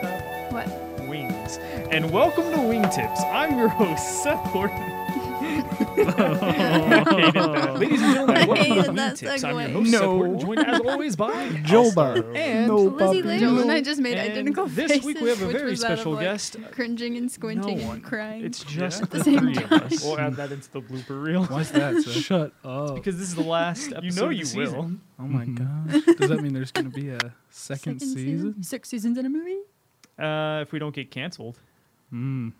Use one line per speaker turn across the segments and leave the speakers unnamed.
and welcome to Wingtips. I'm your host, Seth Gordon. Ladies and
I
gentlemen, welcome to
hated that
Wingtips. I'm your
segue.
host, Seth
No.
Gordon, joined as always by
Joel
Alistair.
Barr.
And
No
Lizzie
puppy.
Ladle and
No.
I just made
And
identical faces.
this week we have a
which
very
was out of,
special
like,
guest.
Cringing and squinting
No one.
and crying.
It's just the,
same
three of
time.
us. We'll add that into the blooper reel.
Why's that? Seth?
Shut up.
Because this is the last episode.
You know
of the
you
season.
will.
Oh my
Mhm.
gosh. Does that mean there's going to be a second, season?
Six seasons in a movie.
Uh, if we don't get canceled.
Mm.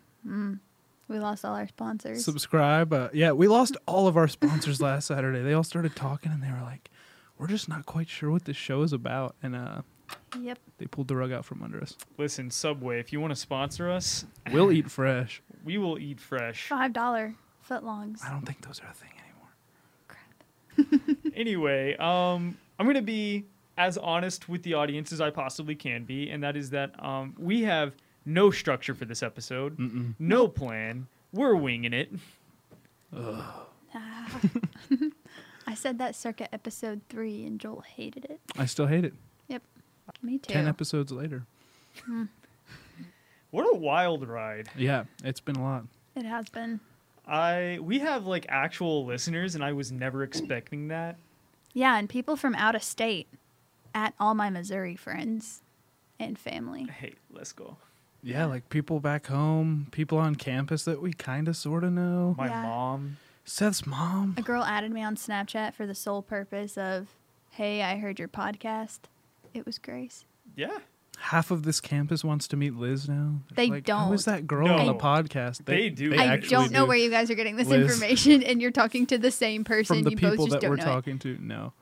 We lost all our sponsors.
Subscribe. Uh, yeah, we lost all of our sponsors last Saturday. They all started talking and they were like, we're just not quite sure what this show is about. And uh,
yep.
they pulled the rug out from under us.
Listen, Subway, if you want to sponsor us,
We'll eat fresh.
we will eat fresh.
Five dollar footlongs.
I don't think those are a thing anymore.
anyway, um, I'm gonna be as honest with the audience as I possibly can be, and that is that um, we have no structure for this episode, no plan. We're winging it.
Ah. I said that circa episode three, and Joel hated it.
I still hate it.
Me too.
10 episodes later.
What a wild ride!
Yeah, it's been a lot.
it has been.
I we have like actual listeners, and I was never expecting that.
Yeah, and people from out of state, at all my Missouri friends, and family.
Hey, let's go.
Yeah, like people back home, people on campus that we kind of sort of know.
My
Yeah.
mom.
Seth's mom.
A girl added me on Snapchat for the sole purpose of, "Hey, I heard your podcast. It was Grace."
Yeah,
half of this campus wants to meet Liz now.
They
like, Who
don't.
is that girl
No.
on the podcast?
They do. They
I
actually
don't know
do.
where you guys are getting this
Liz.
information, and you're talking to the same person.
from the
you
people
both just
that
don't
we're
know
talking to. No,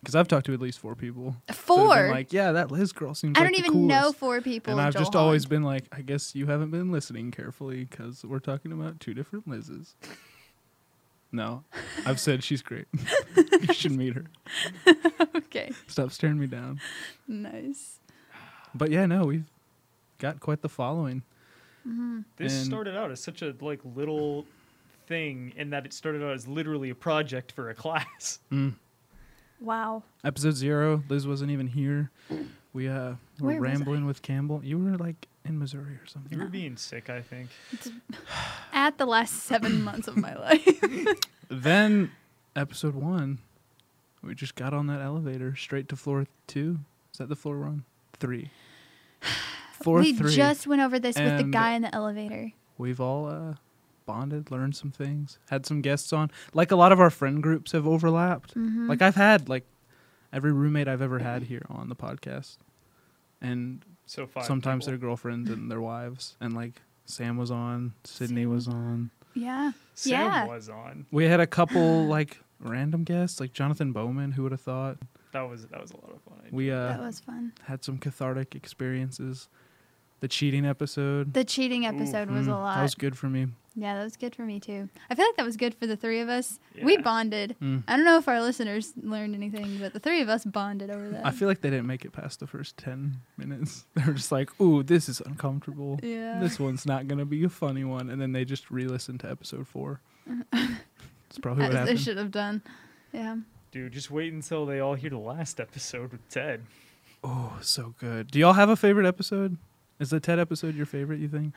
because I've talked to at least four people.
it.
that have been
Four.
Like, yeah, that Liz girl seems.
I
like
don't
the
even
coolest."
know four people.
And I've
Joel
just always
Hahn.
been like, I guess you haven't been listening carefully because we're talking about two different Liz's. No, I've said she's great. you should meet her.
okay.
Stop staring me down.
Nice.
But yeah, no, we've got quite the following.
this
And-
started out as such a like little thing, in that it started out as literally a project for a class.
Wow.
episode zero liz wasn't even here we uh were
Where was
rambling with campbell you were like in missouri or
You
something
were being sick, I think.
At the last seven months of my life.
then episode one we just got on that elevator straight to floor two is that the floor we're on three floor
we
three
just went over this with the
And-
guy in the elevator.
we've all uh bonded learned some things had some guests on like a lot of our friend groups have overlapped
Mm-hmm.
like i've had like every roommate i've ever had here on the podcast and
So five.
sometimes
people.
their girlfriends and their wives and like sam was on sydney was on
Yeah.
Sam
Yeah.
was on.
we had a couple like random guests like jonathan bowman who would have thought
That was that was a lot of fun.
we
that
uh,
was fun.
had some cathartic experiences the cheating episode
The cheating episode was a
Mm,
lot.
that was good for me
yeah, that was good for me too. I feel like that was good for the three of us. We
uh,
Yeah.
bonded.
Mm.
I don't know if our listeners learned anything, but the three of us bonded over that.
i feel like they didn't make it past the first 10 minutes they were just like ooh this is uncomfortable
Yeah.
this one's not gonna be a funny one and then they just re-listened to episode four it's probably what
as they
happened
should have done. Yeah.
Dude, just wait until they all hear the last episode with Ted.
Oh, so good. Do y'all have a favorite episode? Is the Ted episode your favorite, you think?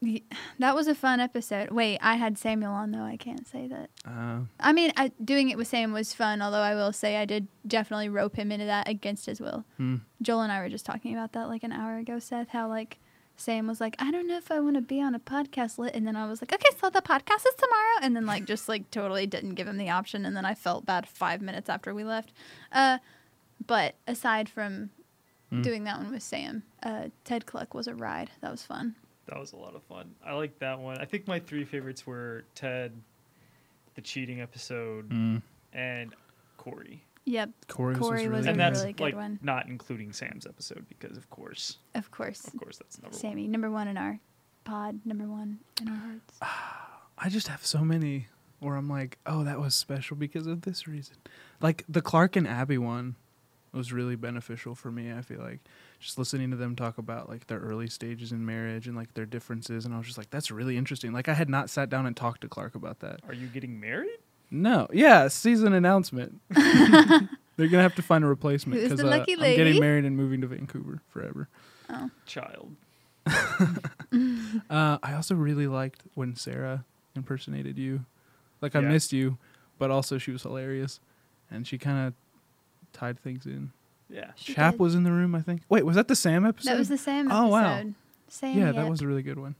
Ye- That was a fun episode. Wait, I had Samuel on though. I can't say that.
Uh,
I mean, I, doing it with Sam was fun, although I will say I did definitely rope him into that against his will.
hmm.
Joel and I were just talking about that like an hour ago, Seth, how like Sam was like, I don't know if I want to be on a podcast lit. And then I was like, okay, so the podcast is tomorrow. And then like just like totally didn't give him the option. And then I felt bad five minutes after we left. Uh, but aside from
Mm.
doing that one with Sam, uh, Ted Cluck was a ride. That was fun.
That was a lot of fun. I like that one. I think my three favorites were Ted, the cheating episode,
Mm.
and Corey.
Yep,
Corey's was
Corey was
really
a
and that's
really good
like
one.
not including Sam's episode because of course,
of course.
of course that's number
Sammy, number one in our pod, number one in our hearts.
Ah, I just have so many where I'm like, oh, that was special because of this reason. Like the Clark and Abby one was really beneficial for me. I feel like just listening to them talk about like their early stages in marriage and like their differences, and I was just like, that's really interesting. Like I had not sat down and talked to Clark about that.
one. Are you getting married?
No, yeah, season announcement. They're gonna have to find a replacement
Who's
because
the
uh,
lucky
I'm
lady?
getting married and moving to Vancouver forever.
Oh,
Child.
Uh, I also really liked when Sarah impersonated you. Like I
Yeah.
missed you, but also she was hilarious, and she kind of tied things in.
Yeah.
She
Chap
did.
was in the room, I think. Wait, was that the Sam episode?
That was the same episode.
Oh, wow.
Same. Mm.
yeah,
yep.
that was a really good one.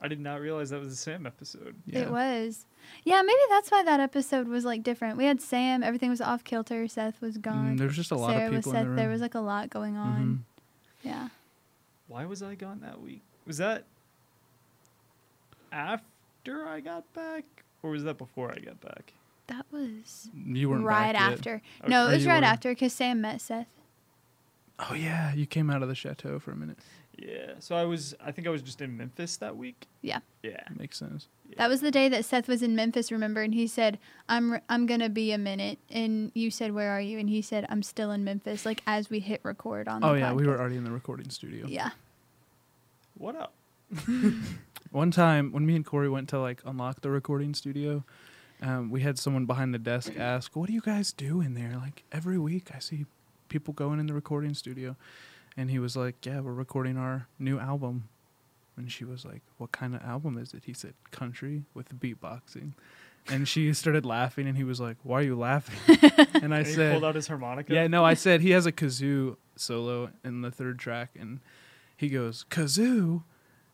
I did not realize that was the Sam episode.
Yeah.
It was. Yeah, maybe that's why that episode was like different. We had Sam, everything was off kilter, Seth was gone.
Mm, there was just a lot
Sarah
of
was
people in
Seth.
the room. Mm-hmm.
There was like a lot going on. Yeah.
Why was I gone that week? Was that after I got back, or was that before I got back?
That was
Mhm. You weren't
right
back yet.
after.
Okay.
No,
Or
it was
you
right
were.
after because Sam met Seth.
Oh yeah, you came out of the chateau for a minute.
Yeah. So I was. I think I was just in Memphis that week.
Yeah.
Yeah.
Makes sense.
That was the day that Seth was in Memphis, remember? And he said, "I'm re- I'm gonna be a minute." And you said, "Where are you?" And he said, "I'm still in Memphis." Like as we hit record on.
Oh
the
yeah, we were
podcast.
already in the recording studio.
Yeah.
What up?
One time when me and Corey went to like unlock the recording studio, um, we had someone behind the desk ask, "What do you guys do in there?" Like every week, I see people going in the recording studio, and he was like, "Yeah, we're recording our new album." And she was like, "What kind of album is it?" He said, "Country with beatboxing," and she started laughing, and he was like, "Why are you laughing?" and I
And he
said,
pulled out his harmonica.
Yeah, no, I said he has a kazoo solo in the third track, and he goes kazoo,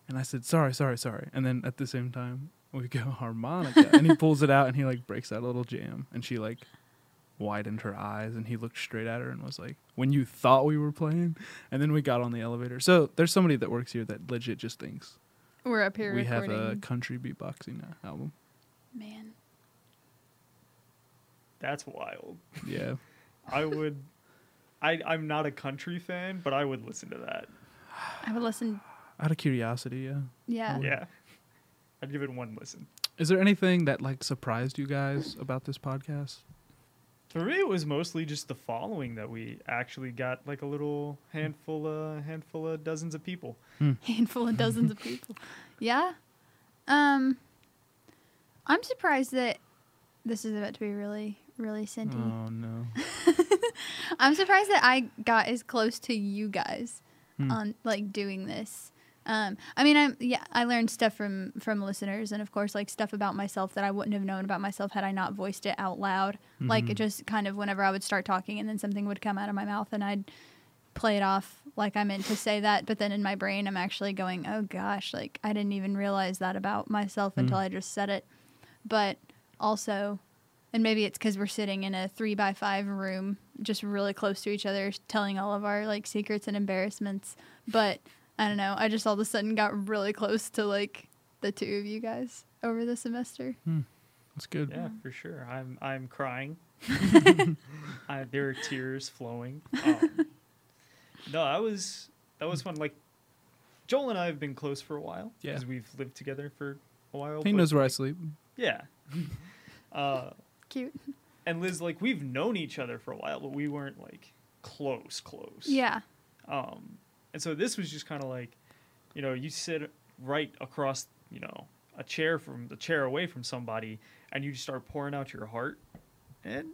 and I said sorry, sorry, sorry, and then at the same time we go harmonica, and he pulls it out and he like breaks out a little jam, and she like widened her eyes and he looked straight at her and was like, "When you thought we were playing," and then we got on the elevator. So there's somebody that works here that legit just thinks
We're up here
we
recording.
have a country beatboxing uh, album.
Man.
That's wild.
Yeah,
I would. I I'm not a country fan, but I would listen to that.
I would listen.
out of curiosity, yeah.
Yeah.
Yeah. I'd give it one listen.
Is there anything that like surprised you guys about this podcast?
For me, it was mostly just the following that we actually got, like a little handful, uh, handful of dozens of people.
handful of dozens of people. Yeah. Um I'm surprised that this is about to be really really scenty.
Oh no.
I'm surprised that I got as close to you guys
Hmm.
on like doing this. Um, I mean, I'm yeah. I learned stuff from from listeners, and of course, like stuff about myself that I wouldn't have known about myself had I not voiced it out loud.
Hmm. Mm-hmm.
Like it just kind of whenever I would start talking, and then something would come out of my mouth, and I'd play it off like I meant to say that, but then in my brain, I'm actually going, "Oh gosh, like I didn't even realize that about myself until I just said it." But also, and maybe it's because we're sitting in a three by five room, just really close to each other, telling all of our like secrets and embarrassments. But I don't know. I just all of a sudden got really close to like the two of you guys over the semester.
That's good.
Yeah, for sure. I'm I'm crying. I, there are tears flowing. Um, no, that was that was fun. Like Joel and I have been close for a while
Yeah.
because we've lived together for a while.
He
but-
knows where I sleep.
Yeah. uh,
Cute.
and Liz, like we've known each other for a while, but we weren't like close, close.
Yeah.
Um, and so this was just kind of like, you know, you sit right across, you know, a chair from the chair away from somebody, and you just start pouring out your heart, and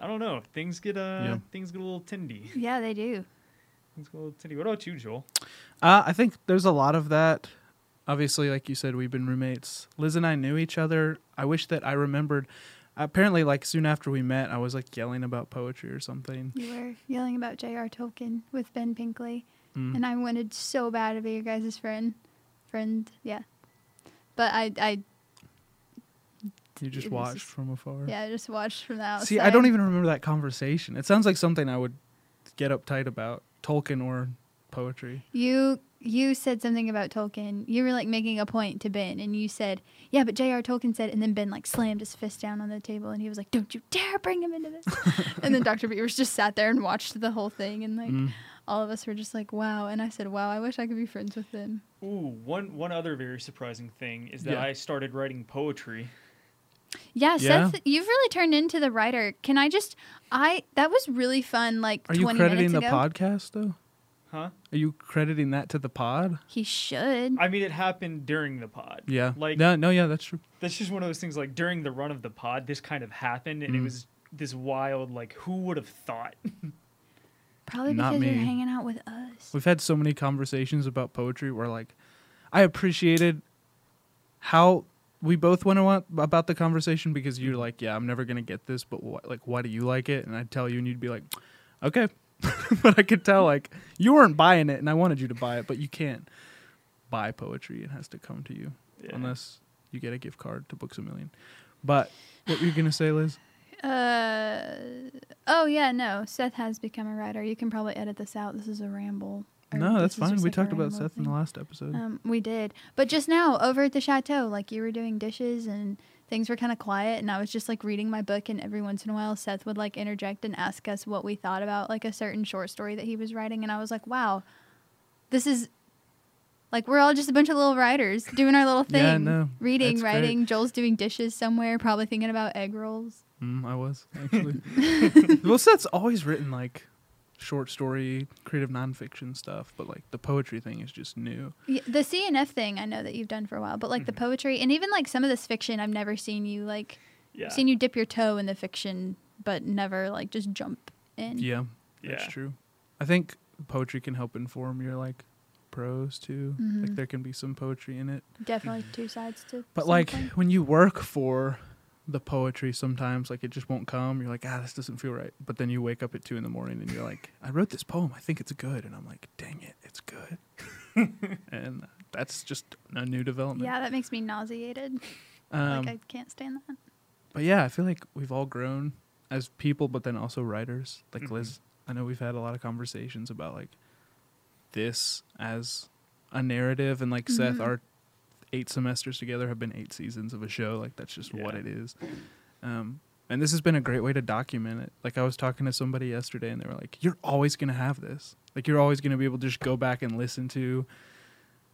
I don't know, things get uh,
Yeah.
things get a little tindy.
Yeah, they do.
Things get a little tindy. What about you, Joel?
Uh, I think there's a lot of that. Obviously, like you said, we've been roommates. Liz and I knew each other. I wish that I remembered. Apparently, like soon after we met, I was like yelling about poetry or something.
You were yelling about J.R. Tolkien with Ben Pinkley,
Mm. Hmm.
and I wanted so bad to be your guys' friend. Friend, yeah. But I, I,
You just
It was
watched
just-
from afar.
yeah, I just watched from the outside.
See, I don't even remember that conversation. It sounds like something I would get uptight about Tolkien or poetry.
You you said something about Tolkien. You were like making a point to Ben, and you said, "Yeah, but J.R. Tolkien said," and then Ben like slammed his fist down on the table, and he was like, "Don't you dare bring him into this!" and then Dr. Beavers just sat there and watched the whole thing, and like
Mm.
all of us were just like, "Wow!" And I said, "Wow, I wish I could be friends with them."
Ooh, one one other very surprising thing is that
Yeah.
I started writing poetry.
Yeah,
Yeah.
Seth, you've really turned into the writer. Can I just? I that was really fun. Like
Are you
twenty
crediting
minutes
the
ago,
podcast though?
Huh?
Are you crediting that to the pod?
he should.
I mean, it happened during the pod.
Yeah.
Like
no, no, yeah, that's true.
that's just one of those things like during the run of the pod this kind of happened and it
Mm.
was this wild like who would have thought
Probably
Not
because
me.
you're hanging out with us.
We've had so many conversations about poetry where like I appreciated how we both went on about the conversation because you're like, yeah, I'm never gonna get this, but wh- like, why do you like it? And I'd tell you, and you'd be like, okay, but I could tell like you weren't buying it, and I wanted you to buy it, but you can't buy poetry; it has to come to you
Yeah.
unless you get a gift card to Books a Million. But what were you gonna say, Liz?
Uh, oh yeah, no. Seth has become a writer. You can probably edit this out. This is a ramble. Or
no,
this
that's
is
fine.
just,
We
like, a
talked about
ramble
Seth in the
thing.
last episode.
Um, we did, but just now over at the chateau, like you were doing dishes and things were kind of quiet, and I was just like reading my book, and every once in a while, Seth would like interject and ask us what we thought about like a certain short story that he was writing, and I was like, wow, this is. Like we're all just a bunch of little writers doing our little thing,
Yeah, I know.
reading,
That's great.
writing. Joel's doing dishes somewhere, probably thinking about egg rolls.
Mm, I was actually. well, Seth's always written like short story, creative nonfiction stuff, but like the poetry thing is just new.
Yeah, the CNF thing I know that you've done for a while, but like
Mm-hmm.
the poetry and even like some of this fiction, I've never seen you like
Yeah.
seen you dip your toe in the fiction, but never like just jump in.
Yeah, that's
yeah.
true. I think poetry can help inform your like prose too. Like
Mhm.
there can be some poetry in it.
Definitely two sides to.
But like
something.
when you work for the poetry sometimes like it just won't come. You're like, ah, this doesn't feel right. But then you wake up at two in the morning and you're like, I wrote this poem. I think it's good. And I'm like, dang it, it's good. and uh, that's just a new development.
yeah, that makes me nauseated.
Um,
like I can't stand that.
But yeah, I feel like we've all grown as people, but then also writers. Like
Mhm.
Liz, I know we've had a lot of conversations about like this as a narrative, and like Seth,
Mhm.
our eight semesters together have been eight seasons of a show. Like that's just what
Yeah.
it is. Um, and this has been a great way to document it. Like I was talking to somebody yesterday, and they were like, "You're always gonna have this. Like you're always gonna be able to just go back and listen to."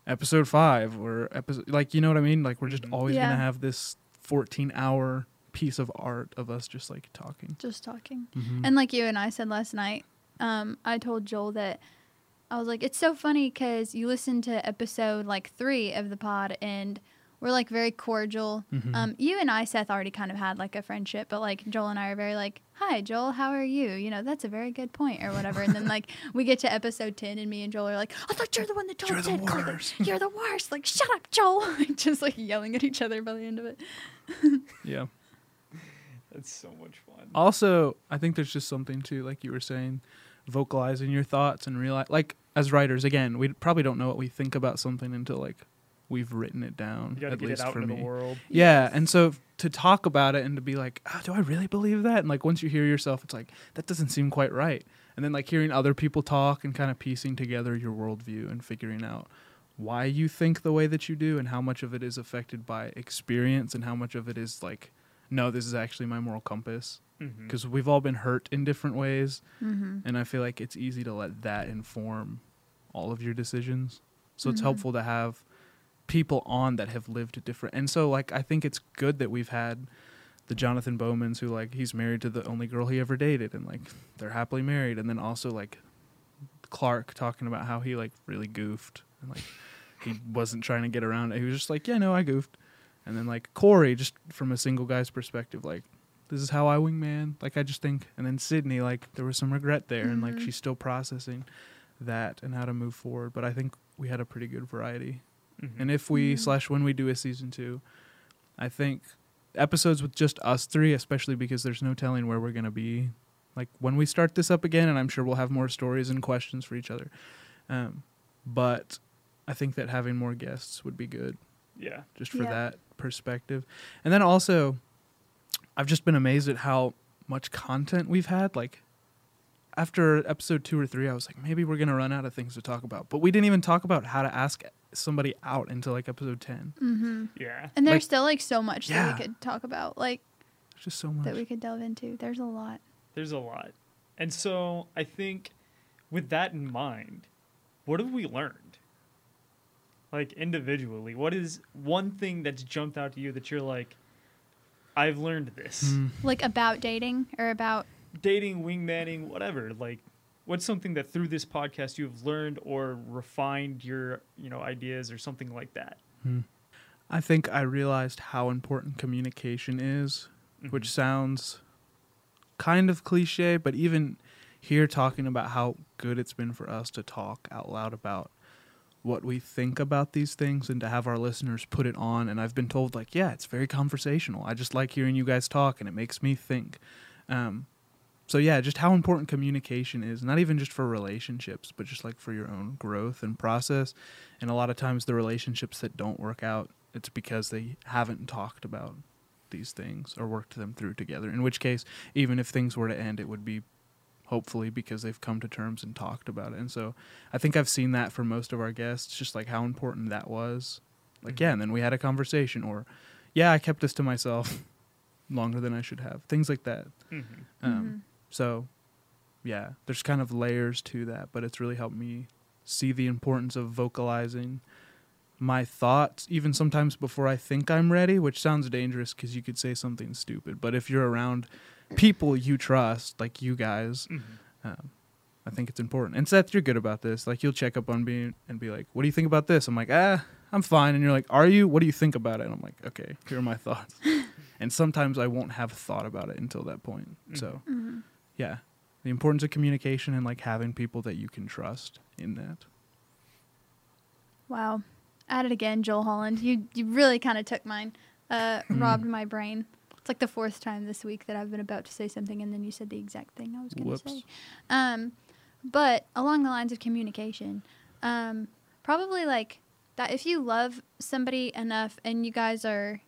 episode five or episode like you know what I mean? Like we're just
Mhm.
always
Yeah.
gonna have this fourteen hour piece of art of us just like talking.
Just talking.
Mm-hmm.
And like you and I said last night, um, I told Joel that I was like, it's so funny because you listened to episode like three of the pod and we're like very cordial.
Mhm.
Um, you and I, Seth, already kind of had like a friendship, but like Joel and I are very like, hi, Joel, how are you? You know, that's a very good point or whatever. and then like we get to episode 10 and me and Joel are like, I thought you're the one that told
You're the
Ted Carter.
worst."
You're the worst. Like, shut up, Joel. Just like yelling at each other by the end of it.
yeah.
That's so much fun.
Also, I think there's just something too, like you were saying, vocalizing your thoughts and realize like as writers, again, we probably don't know what we think about something until like we've written it down.
you got to
at
get it
least
out
for
into
me.
the world.
Yeah, and so to talk about it and to be like, oh, do I really believe that? And like once you hear yourself, it's like that doesn't seem quite right. And then like hearing other people talk and kind of piecing together your worldview and figuring out why you think the way that you do and how much of it is affected by experience and how much of it is like, no, this is actually my moral compass.
Mhm.
Because we've all been hurt in different ways,
Mm-hmm.
and I feel like it's easy to let that inform all of your decisions. So it's
Mhm.
helpful to have people on that have lived different. And so like I think it's good that we've had the Jonathan Bowmans who like he's married to the only girl he ever dated and like they're happily married and then also like Clark talking about how he like really goofed and like he wasn't trying to get around it. He was just like, "Yeah, no, I goofed." And then like Corey just from a single guy's perspective like this is how I wingman. Like I just think and then Sydney like there was some regret there and like
Mhm.
she's still processing that and how to move forward. But I think we had a pretty good variety.
Mhm.
And if we
Mhm.
slash when we do a season two, I think episodes with just us three, especially because there's no telling where we're gonna be. Like when we start this up again, and I'm sure we'll have more stories and questions for each other. Um, but I think that having more guests would be good
yeah.
just for
Yeah.
that perspective. And then also, I've just been amazed at how much content we've had. Like, after episode two or three, I was like, maybe we're going to run out of things to talk about. But we didn't even talk about how to ask somebody out until like episode 10.
Mm-hmm.
Yeah.
And there's
Like-
still like so much
Yeah.
that we could talk about, like
There's just so much.
that we could delve into. There's a lot.
There's a lot. And so I think with that in mind, what have we learned? Like individually, what is one thing that's jumped out to you that you're like, I've learned this?
Hmm.
Like about dating or about
Dating, wingmanning, whatever. Like, what's something that through this podcast you've learned or refined your, you know, ideas or something like that?
I think I realized how important communication is,
Mhm.
which sounds kind of cliche, but even here talking about how good it's been for us to talk out loud about what we think about these things and to have our listeners put it on. And I've been told, like, yeah, it's very conversational. I just like hearing you guys talk and it makes me think. Um, so, yeah, just how important communication is, not even just for relationships, but just like for your own growth and process. And a lot of times, the relationships that don't work out, it's because they haven't talked about these things or worked them through together. In which case, even if things were to end, it would be hopefully because they've come to terms and talked about it. And so I think I've seen that for most of our guests, just like how important that was. Like, yeah, and then we had a conversation, or yeah, I kept this to myself longer than I should have. Things like that.
Mhm.
Um,
Mhm.
So, yeah, there's kind of layers to that, but it's really helped me see the importance of vocalizing my thoughts, even sometimes before I think I'm ready, which sounds dangerous because you could say something stupid. But if you're around people you trust, like you guys,
Mhm.
um, I think it's important. And Seth, you're good about this. Like you'll check up on me and be like, "What do you think about this?" I'm like, "Ah, I'm fine." And you're like, "Are you? What do you think about it?" And I'm like, "Okay, here are my thoughts." and sometimes I won't have thought about it until that point. So
Mhm.
yeah, the importance of communication and like having people that you can trust in that.
Wow. At it again, Joel Holland. You you really kind of took mine, uh, robbed my brain. It's like the fourth time this week that I've been about to say something, and then you said the exact thing I was going
Whoops.
to say. Um, but along the lines of communication, um, probably like that. If you love somebody enough, and you guys are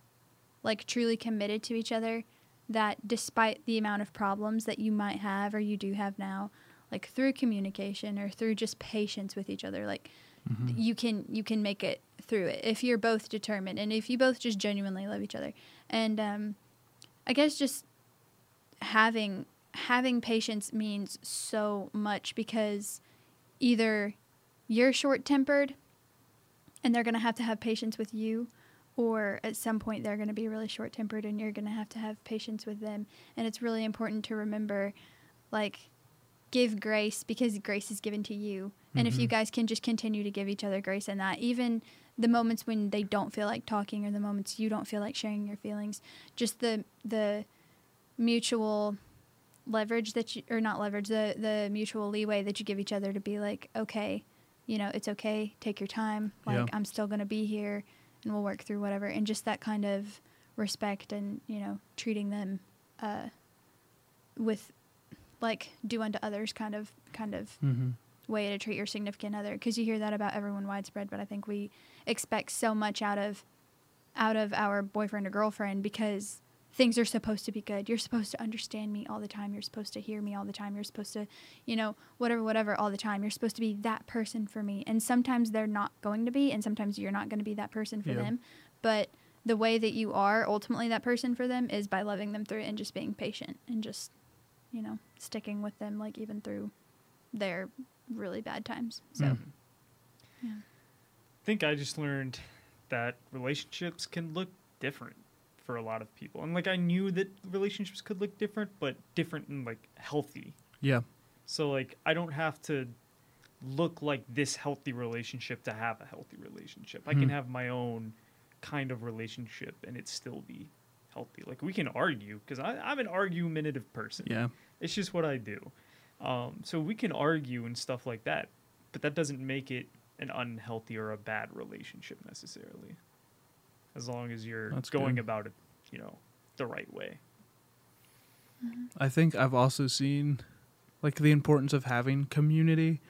like truly committed to each other, that despite the amount of problems that you might have or you do have now, like through communication or through just patience with each other, like
Mm-hmm.
you can you can make it through it if you're both determined and if you both just genuinely love each other and um i guess just having having patience means so much because either you're short-tempered and they're going to have to have patience with you or at some point they're going to be really short-tempered and you're going to have to have patience with them and it's really important to remember like give grace because grace is given to you and if you
Mhm.
guys can just continue to give each other grace in that even the moments when they don't feel like talking or the moments you don't feel like sharing your feelings just the the mutual leverage that you or not leverage the the mutual leeway that you give each other to be like okay you know it's okay take your time like
Yeah.
i'm still going to be here and we'll work through whatever and just that kind of respect and you know treating them uh with like do unto others kind of kind of
Mm-hmm.
way to treat your significant other because you hear that about everyone widespread but i think we expect so much out of out of our boyfriend or girlfriend because things are supposed to be good you're supposed to understand me all the time you're supposed to hear me all the time you're supposed to you know whatever whatever all the time you're supposed to be that person for me and sometimes they're not going to be and sometimes you're not going to be that person for
Yeah.
them but the way that you are ultimately that person for them is by loving them through it and just being patient and just you know sticking with them like even through their really bad times. So
Mm.
yeah.
I think I just learned that relationships can look different for a lot of people. And like I knew that relationships could look different, but different and like healthy.
Yeah.
So like I don't have to look like this healthy relationship to have a healthy relationship. I can
Hmm.
have my own kind of relationship and it still be healthy. Like we can argue because I'm an argumentative person.
Yeah.
It's just what I do. Um, so we can argue and stuff like that, but that doesn't make it an unhealthy or a bad relationship necessarily. As long as you're
That's
going
good.
about it, you know, the right way.
I think I've also seen like the importance of having community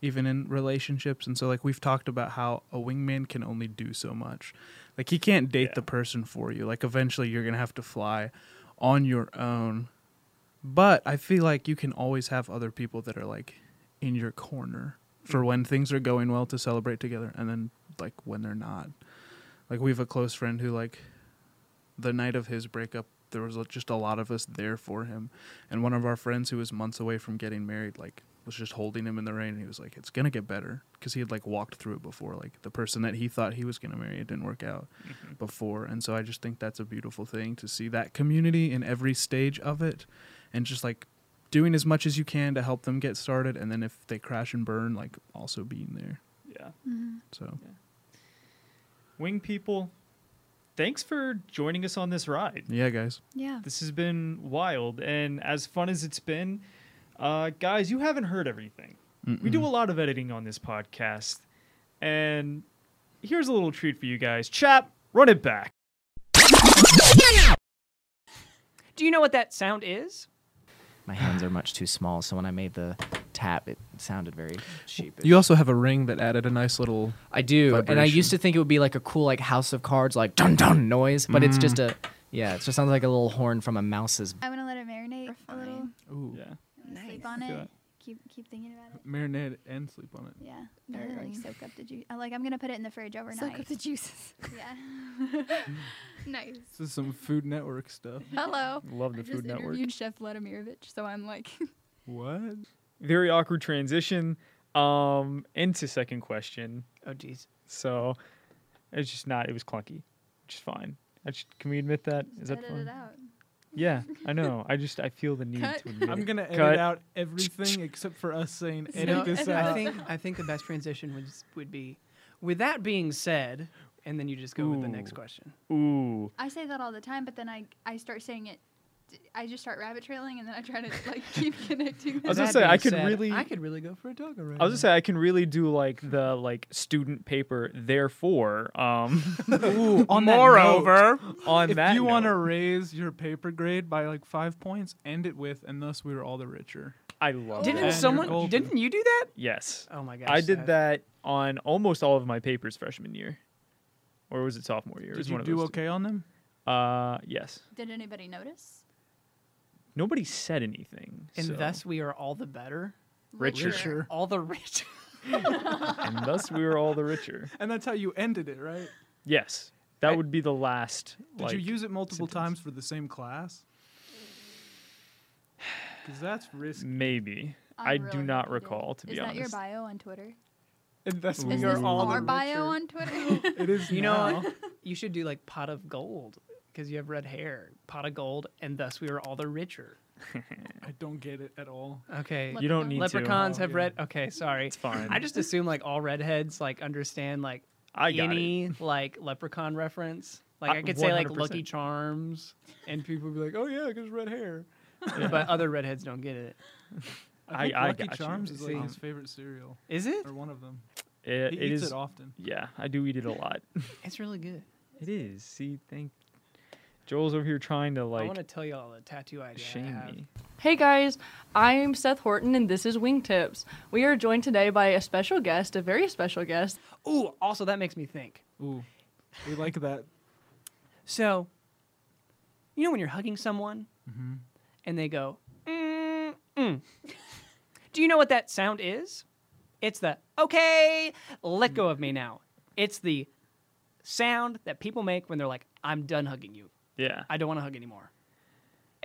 even in relationships and so like we've talked about how a wingman can only do so much. Like he can't date
Yeah.
the person for you. Like eventually you're going to have to fly on your own. But I feel like you can always have other people that are like in your corner for when things are going well to celebrate together and then like when they're not. Like we have a close friend who like the night of his breakup, there was just a lot of us there for him. And one of our friends who was months away from getting married, like, was just holding him in the rain. And he was like, it's going to get better. Because he had, like, walked through it before. Like, the person that he thought he was going to marry, it didn't work out before. And so I just think that's a beautiful thing to see that community in every stage of it and just, like, doing as much as you can to help them get started. And then if they crash and burn, like, also being there.
Yeah.
Mm-hmm.
So,
Wing people, thanks for joining us on this ride.
yeah, guys.
Yeah.
This has been wild. And as fun as it's been, Uh, guys, you haven't heard everything. We do
Mm-mm.
a lot of editing on this podcast. And here's a little treat for you guys. Chap, run it back.
Do you know what that sound is?
My hands are much too small, so when I made the tap, it sounded very sheepish.
You also have a ring that added a nice little.
I do, and I used
Vibration.
to think it would be like a cool like House of Cards like dun dun noise, but it's just
Mm.
a yeah, it just sounds like a little horn from a mouse's.
I want to let it marinate a little.
Ooh.
Yeah.
I wanna Sleep on
Look at
it.
that.
Keep keep thinking about it.
Marinate and sleep on it.
Yeah. Really, like soak up the juice. Like I'm gonna put it in the fridge overnight.
Soak up the juices.
yeah.
nice.
This is some Food Network stuff.
Hello.
Love the
I
Food
just
Network.
interviewed Chef Vladimirovich, so I'm like,
What?
Very awkward transition um, into second question.
Oh, jeez.
So it's just not, it was clunky, which is fine. I just, can we admit that? Is that
Edit it
fine?
out.
Yeah, I know. I just, I feel the need
Cut.
to admit
I'm
it.
gonna edit
Cut.
out everything except for us saying
So-
edit this
and
out.
I think I think the best transition would would be, with that being said, and then you just go with the next
Ooh.
question.
Ooh.
I say that all the time, but then I I start saying it. I just start rabbit trailing, and then I try to like keep connecting.
I was
That
gonna say, I
being
could
said,
really-
I could really go for a dog right
I was gonna say I can really do like the like student paper. Therefore, um,
Ooh, on that
Moreover,
on
if
that
you want to
note,
raise your paper grade by like five points, end it with "Unless we were all the richer."
I love
didn't
that.
you're
someone?
golden.
Didn't you do that?
yes,
Oh my gosh!
I did
Seth.
that on almost all of my papers freshman year, or was it sophomore year? It
Did
was
you
one of
do
those two.
okay on them?
Uh, yes.
Did anybody notice?
Nobody said anything.
And
so-
thus we are all the better,
Richer.
Richer.
all the rich.
and thus we were all the richer.
And that's how you ended it, right?
Yes, that
I-
would be the last.
Did
like,
you use it multiple
sentence.
times for the same class? Because that's risky.
Maybe.
I'm
I
really
do
glad
not
you did.
recall, to be
Is
honest.
that your bio on Twitter?
Unless
Is
we
Is
are
this
all the
our
richer.
bio on Twitter?
It is
You
now.
know, you should do like pot of gold because you have red hair. Pot of gold, and thus we are all the richer.
I don't get it at all.
Okay.
You don't need
Leprechauns
Oh,
have
yeah.
red. Okay, sorry.
to. It's fine.
I just assume like all redheads like understand like
I got it.
any like leprechaun reference. Like
I-
I could say like
100%.
Lucky Charms, and people would be like, "Oh yeah, because red hair,"
Yeah.
but other redheads don't get it.
I-
think
I
Lucky
got you.
Charms is like
See.
his favorite cereal,
Is it?
or one of them.
It-
He
it
eats
is.
it often.
Yeah, I do eat it a lot.
It's really good.
It is. See, thank Joel's over here trying to
I
like
want to tell you all the tattoo idea I
shame
have.
me.
Hey guys, I'm Seth Horton and this is Wingtips. We are joined today by a special guest, a very special guest.
Ooh, also that makes me think.
Ooh, we like that.
So, you know when you're hugging someone and they go, mm, mm. do you know what that sound is? It's the, okay, let go of me now. It's the sound that people make when they're like, I'm done hugging you.
Yeah.
I don't want to hug anymore.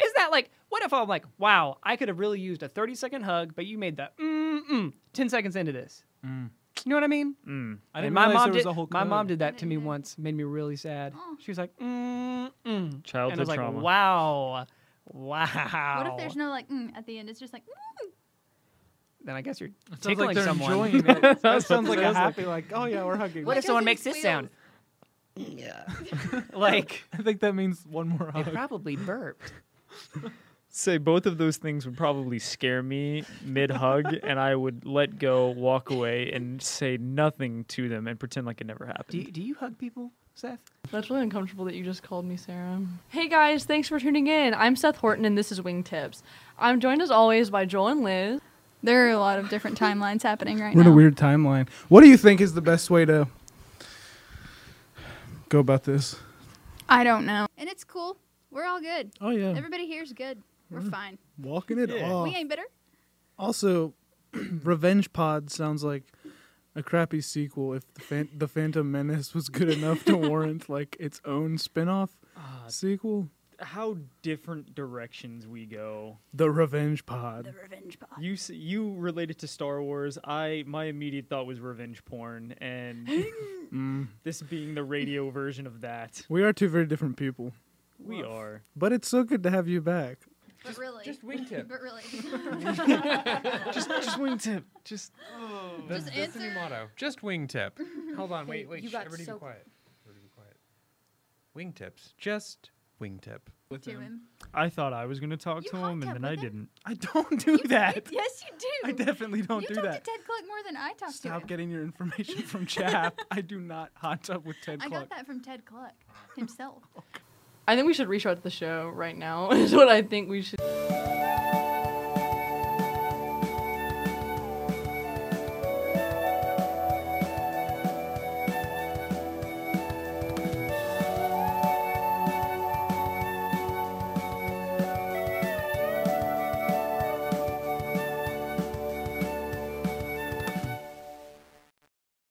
Is that like, what if I'm like, wow, I could have really used a 30 second hug, but you made the, mm, mm, 10 seconds into this. You know what I mean?
Mm.
I
And
didn't
my
realize
mom
there was
did.
a whole
my mom
code.
did that to me once. Made me really sad.
Oh.
She was like, mm, mm. and I
Childhood
was like,
trauma.
wow, wow.
What if there's no like mm, at the end? It's just like mm.
Then I guess you're
It sounds
tickling
like they're
someone.
enjoying it. That sounds
sounds
like
like-
a happy, like, oh yeah, we're hugging.
What if someone makes this sound? Yeah. like
I think that means one more
they
hug.
probably burped.
Say both of those things would probably scare me mid hug, and I would let go, walk away, and say nothing to them and pretend like it never
Do you,
happened.
do you hug people, Seth?
That's really uncomfortable that you just called me Sarah. Hey guys, thanks for tuning in. I'm Seth Horton and this is Wingtips. I'm joined as always by Joel and Liz.
there are a lot of different timelines happening right
We're in
now.
a weird timeline. What do you think is the best way to go about this?
I don't know. And it's cool. We're all good.
Oh yeah,
Everybody here's good. We're
Mm.
fine.
walking it off.
We ain't bitter.
Also, Revenge Pod sounds like a crappy sequel. If the, Fan- the Phantom Menace was good enough to warrant like its own spin-off sequel,
How different directions we go.
the Revenge Pod.
revenge pod.
You s- you related to Star Wars. I my immediate thought was revenge porn, and
Mm.
this being the radio version of that,
We are two very different people,
we are.
but it's so good to have you back.
But really,
wingtip.
but really,
just just wingtip. Just
Just
That's, that's the new
answer-
motto. Just wingtip. Hold on, wait, wait.
you
shh,
got
everybody
so-
be quiet. Everybody be quiet. Wingtips. Just wingtip.
with
to
him.
him.
I thought I was gonna talk
You
to
honked
him,
at
and then I
with him?
didn't.
I don't do that.
Yes, you do.
I definitely don't
you
do
talk
that.
to Ted Cluck more than I talk to him.
Stop getting your information from Chap. I do not hot tub with Ted
I
Clark.
got that from Ted Cluck himself.
I think we should restart the show right now. Is what I think we should.